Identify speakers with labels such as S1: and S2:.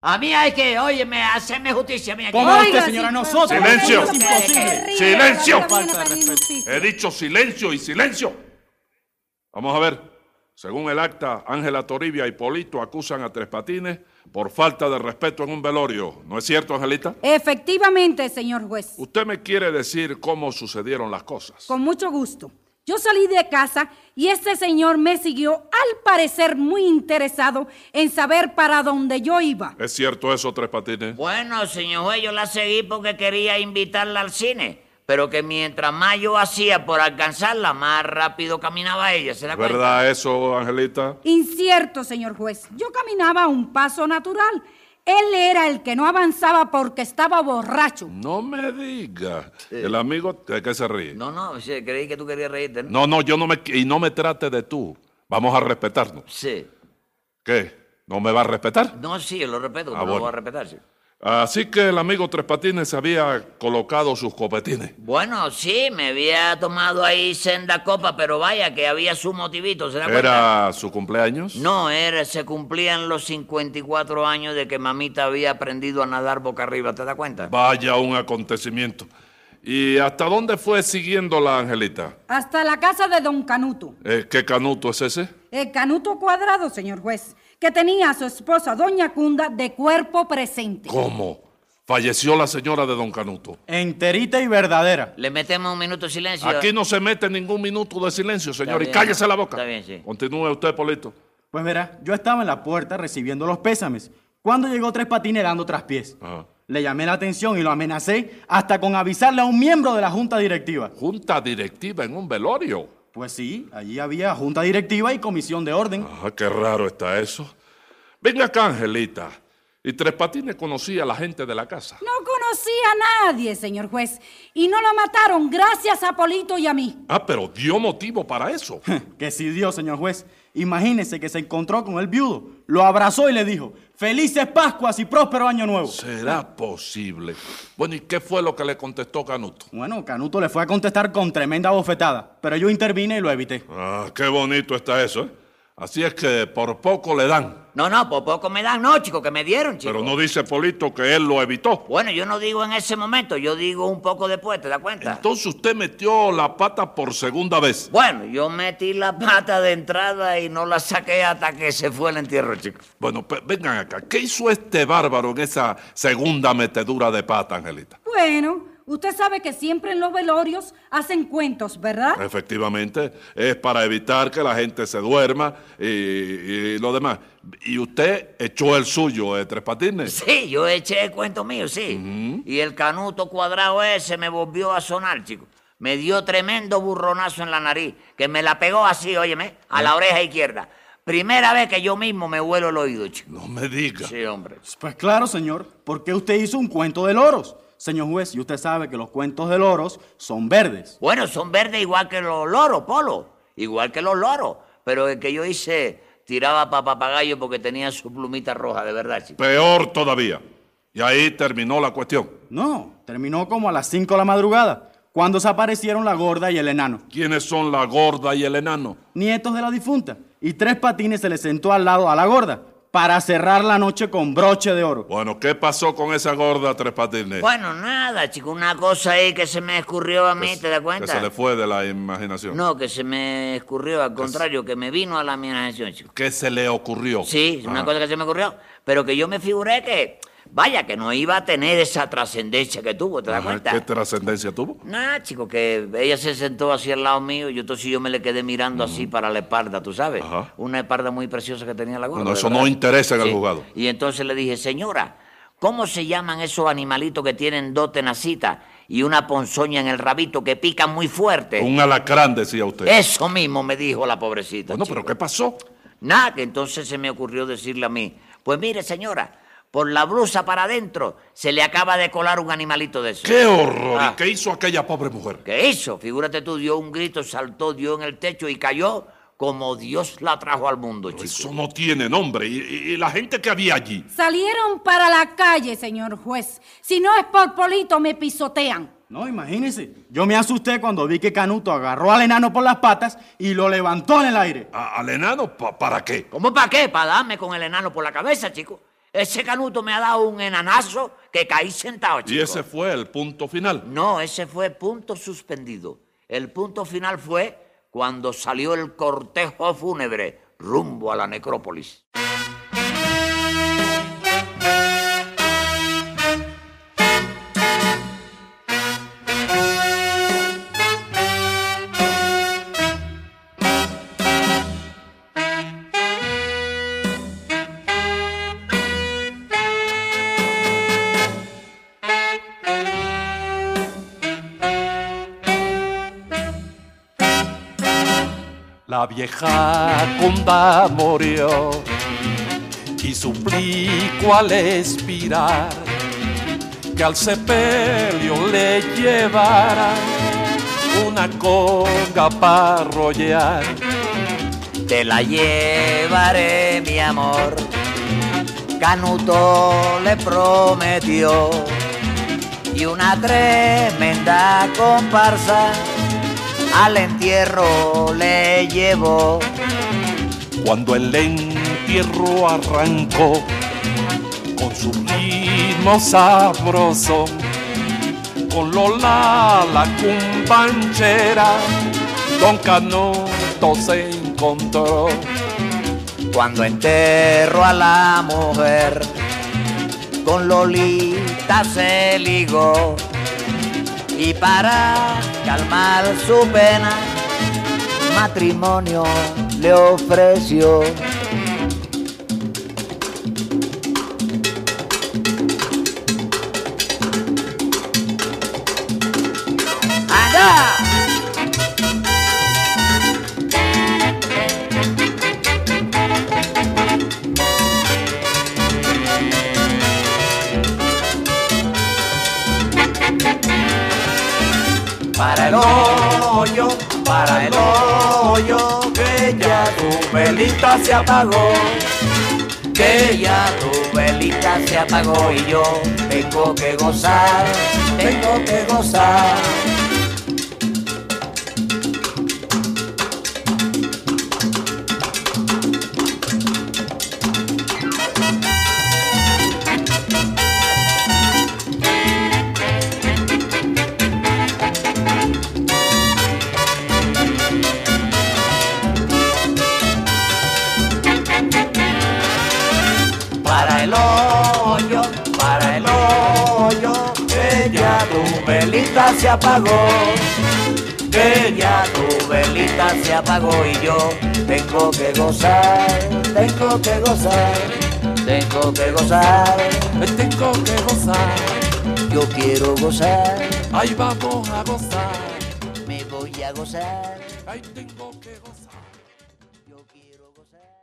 S1: A mí hay que, óyeme, hacerme justicia. Mira,
S2: ¿Cómo
S1: que...
S2: usted, señora? Nosotros.
S3: Silencio.
S2: Es imposible.
S3: ¡Silencio!
S4: Falta de
S3: He dicho silencio y silencio. Vamos a ver. Según el acta, Ángela Toribia y Polito acusan a Tres Patines por falta de respeto en un velorio. ¿No es cierto, Angelita?
S4: Efectivamente, señor juez.
S3: Usted me quiere decir cómo sucedieron las cosas.
S4: Con mucho gusto. Yo salí de casa y este señor me siguió, al parecer muy interesado en saber para dónde yo iba.
S3: ¿Es cierto eso, Tres Patines?
S1: Bueno, señor juez, yo la seguí porque quería invitarla al cine. Pero que mientras más yo hacía por alcanzarla, más rápido caminaba ella. ¿Se da cuenta?
S3: ¿Verdad eso, Angelita?
S4: Incierto, señor juez. Yo caminaba a un paso natural. Él era el que no avanzaba porque estaba borracho.
S3: No me diga. El amigo, ¿de qué se ríe?
S1: No, no, sí, creí que tú querías reírte, ¿no?
S3: No, no, yo no me... Y no me trate de tú. Vamos a respetarnos.
S1: Sí.
S3: ¿Qué? ¿No me va a respetar?
S1: No, sí, yo lo respeto,
S3: Ah,
S1: pero
S3: bueno.
S1: lo voy a respetar, sí.
S3: Así que el amigo Tres Patines había colocado sus copetines.
S1: Bueno, sí, me había tomado ahí senda copa, pero vaya que había su motivito, ¿se da cuenta?
S3: ¿Era su cumpleaños?
S1: No, era, se cumplían los 54 años de que mamita había aprendido a nadar boca arriba, ¿te das cuenta?
S3: Vaya un acontecimiento. ¿Y hasta dónde fue siguiendo la Angelita?
S4: Hasta la casa de don Canuto.
S3: Eh, ¿Qué canuto es ese?
S4: El Canuto Cuadrado, señor juez, que tenía a su esposa, doña Cunda, de cuerpo presente.
S3: ¿Cómo? Falleció la señora de don Canuto.
S2: Enterita y verdadera.
S1: Le metemos un minuto de silencio.
S3: Aquí no se mete ningún minuto de silencio, señor. Y
S1: bien.
S3: cállese la boca.
S1: Está bien, sí.
S3: Continúe usted, Polito.
S2: Pues verá, yo estaba en la puerta recibiendo los pésames. Cuando llegó Tres Patines dando traspiés.
S3: Ajá.
S2: Le llamé la atención y lo amenacé hasta con avisarle a un miembro de la junta directiva.
S3: Junta directiva en un velorio.
S2: Pues sí, allí había junta directiva y comisión de orden.
S3: Ah, qué raro está eso. Venga acá, Angelita. Y Tres Patines conocía a la gente de la casa.
S4: No conocía a nadie, señor juez, y no lo mataron gracias a Polito y a mí.
S3: Ah, pero dio motivo para eso.
S2: Que sí dio, señor juez. Imagínese que se encontró con el viudo, lo abrazó y le dijo, felices Pascuas y próspero año nuevo.
S3: ¿Será posible? Bueno, ¿y qué fue lo que le contestó Canuto?
S2: Bueno, Canuto le fue a contestar con tremenda bofetada, pero yo intervine y lo evité.
S3: Ah, qué bonito está eso, ¿eh? Así es que por poco le dan.
S1: No, no, por poco me dan, no, chico, que me dieron, chico.
S3: Pero no dice Polito que él lo evitó.
S1: Bueno, yo no digo en ese momento, yo digo un poco después, ¿te das cuenta?
S3: Entonces usted metió la pata por segunda vez.
S1: Bueno, yo metí la pata de entrada y no la saqué hasta que se fue el entierro, chico.
S3: Bueno, pe- vengan acá. ¿Qué hizo este bárbaro en esa segunda metedura de pata, Angelita?
S4: Bueno, usted sabe que siempre en los velorios hacen cuentos, ¿verdad?
S3: Efectivamente, es para evitar que la gente se duerma y, y lo demás. Y usted echó el suyo de tres patines.
S1: Sí, yo eché el cuento mío, sí. Y el canuto cuadrado ese me volvió a sonar, chico. Me dio tremendo burronazo en la nariz, que me la pegó así, óyeme, a la oreja izquierda. Primera vez que yo mismo me huelo el oído, chico.
S3: No me diga.
S1: Sí, hombre.
S2: Pues claro, señor, porque usted hizo un cuento de loros. Señor juez, y usted sabe que los cuentos de loros son verdes.
S1: Bueno, son verdes igual que los loros, Polo. Igual que los loros. Pero el que yo hice tiraba para papagayo porque tenía su plumita roja, de verdad, chico.
S3: Peor todavía. Y ahí terminó la cuestión.
S2: No, terminó como a las 5 de la madrugada, cuando se aparecieron la gorda y el enano,
S3: ¿Quiénes son la gorda y el enano?
S2: nietos de la difunta, y tres patines se le sentó al lado a la gorda para cerrar la noche con broche de oro.
S3: Bueno, ¿qué pasó con esa gorda tres patines?
S1: Bueno, nada, chico, una cosa ahí que se me escurrió a mí,
S3: Que se-
S1: ¿te das cuenta?
S3: Que se le fue de la imaginación.
S1: No, que se me escurrió, al contrario, que me vino a la imaginación, chico.
S3: ¿Qué se le ocurrió? Ah,
S1: Sí, es una
S3: Ajá.
S1: cosa que se me ocurrió, pero que yo me figuré que, vaya, que no iba a tener esa trascendencia que tuvo, ¿te das
S3: Ajá,
S1: cuenta?
S3: ¿Qué trascendencia tuvo?
S1: Nada, chico, que ella se sentó así al lado mío y yo, entonces yo me le quedé mirando así para la espalda, ¿tú sabes?
S3: Ajá.
S1: Una espalda muy preciosa que tenía la gorda.
S3: Bueno,
S1: de
S3: eso no
S1: verdad.
S3: interesa en el juzgado.
S1: Y entonces le dije, señora, ¿cómo se llaman esos animalitos que tienen dos tenacitas y una ponzoña en el rabito que pican muy fuerte?
S3: Un alacrán, decía usted.
S1: Eso mismo me dijo la pobrecita.
S3: bueno,
S1: chico.
S3: pero ¿qué pasó?
S1: Nada, que entonces se me ocurrió decirle a mí, pues mire señora, por la blusa para adentro se le acaba de colar un animalito de eso.
S3: ¡Qué horror!
S1: Ah.
S3: ¿Y qué hizo aquella pobre mujer?
S1: ¿Qué hizo? Figúrate tú, dio un grito, saltó, dio en el techo y cayó como Dios la trajo al mundo, chico.
S3: Eso no tiene nombre. ¿Y, y- y la gente que había allí?
S4: Salieron para la calle, señor juez. Si no es por Polito, me pisotean.
S2: No, imagínese. Yo me asusté cuando vi que Canuto agarró al enano por las patas y lo levantó en el aire.
S3: ¿A- ¿Al enano? ¿Pa- ¿Para qué?
S1: ¿Cómo para qué? Para darme con el enano por la cabeza, chico. Ese canuto me ha dado un enanazo que caí sentado, chico.
S5: Y ese fue el punto final.
S1: No, ese fue punto suspendido. El punto final fue cuando salió el cortejo fúnebre rumbo a la necrópolis.
S3: La vieja conda murió y suplico al expirar que al sepelio le llevara una conga para rollar.
S1: Te la llevaré, mi amor. Canuto le prometió. Y una tremenda comparsa al entierro le llevó.
S3: Cuando el entierro arrancó con su ritmo sabroso, con Lola la cumbanchera, Don Canuto se encontró.
S1: Cuando enterró a la mujer, con Lolita se ligó. Y para calmar su pena, matrimonio le ofreció. ¡Anda! Para el hoyo, para el hoyo, que ya tu velita se apagó. Que ya tu velita se apagó y yo tengo que gozar, tengo que gozar. Para el hoyo, para el hoyo, que ya tu velita se apagó. Que ya tu velita se apagó y yo tengo que gozar, tengo que gozar, tengo que gozar,
S3: Tengo que gozar,
S1: yo quiero gozar,
S3: ahí vamos a gozar,
S1: me voy a gozar,
S3: ahí tengo que gozar.
S1: yo quiero gozar.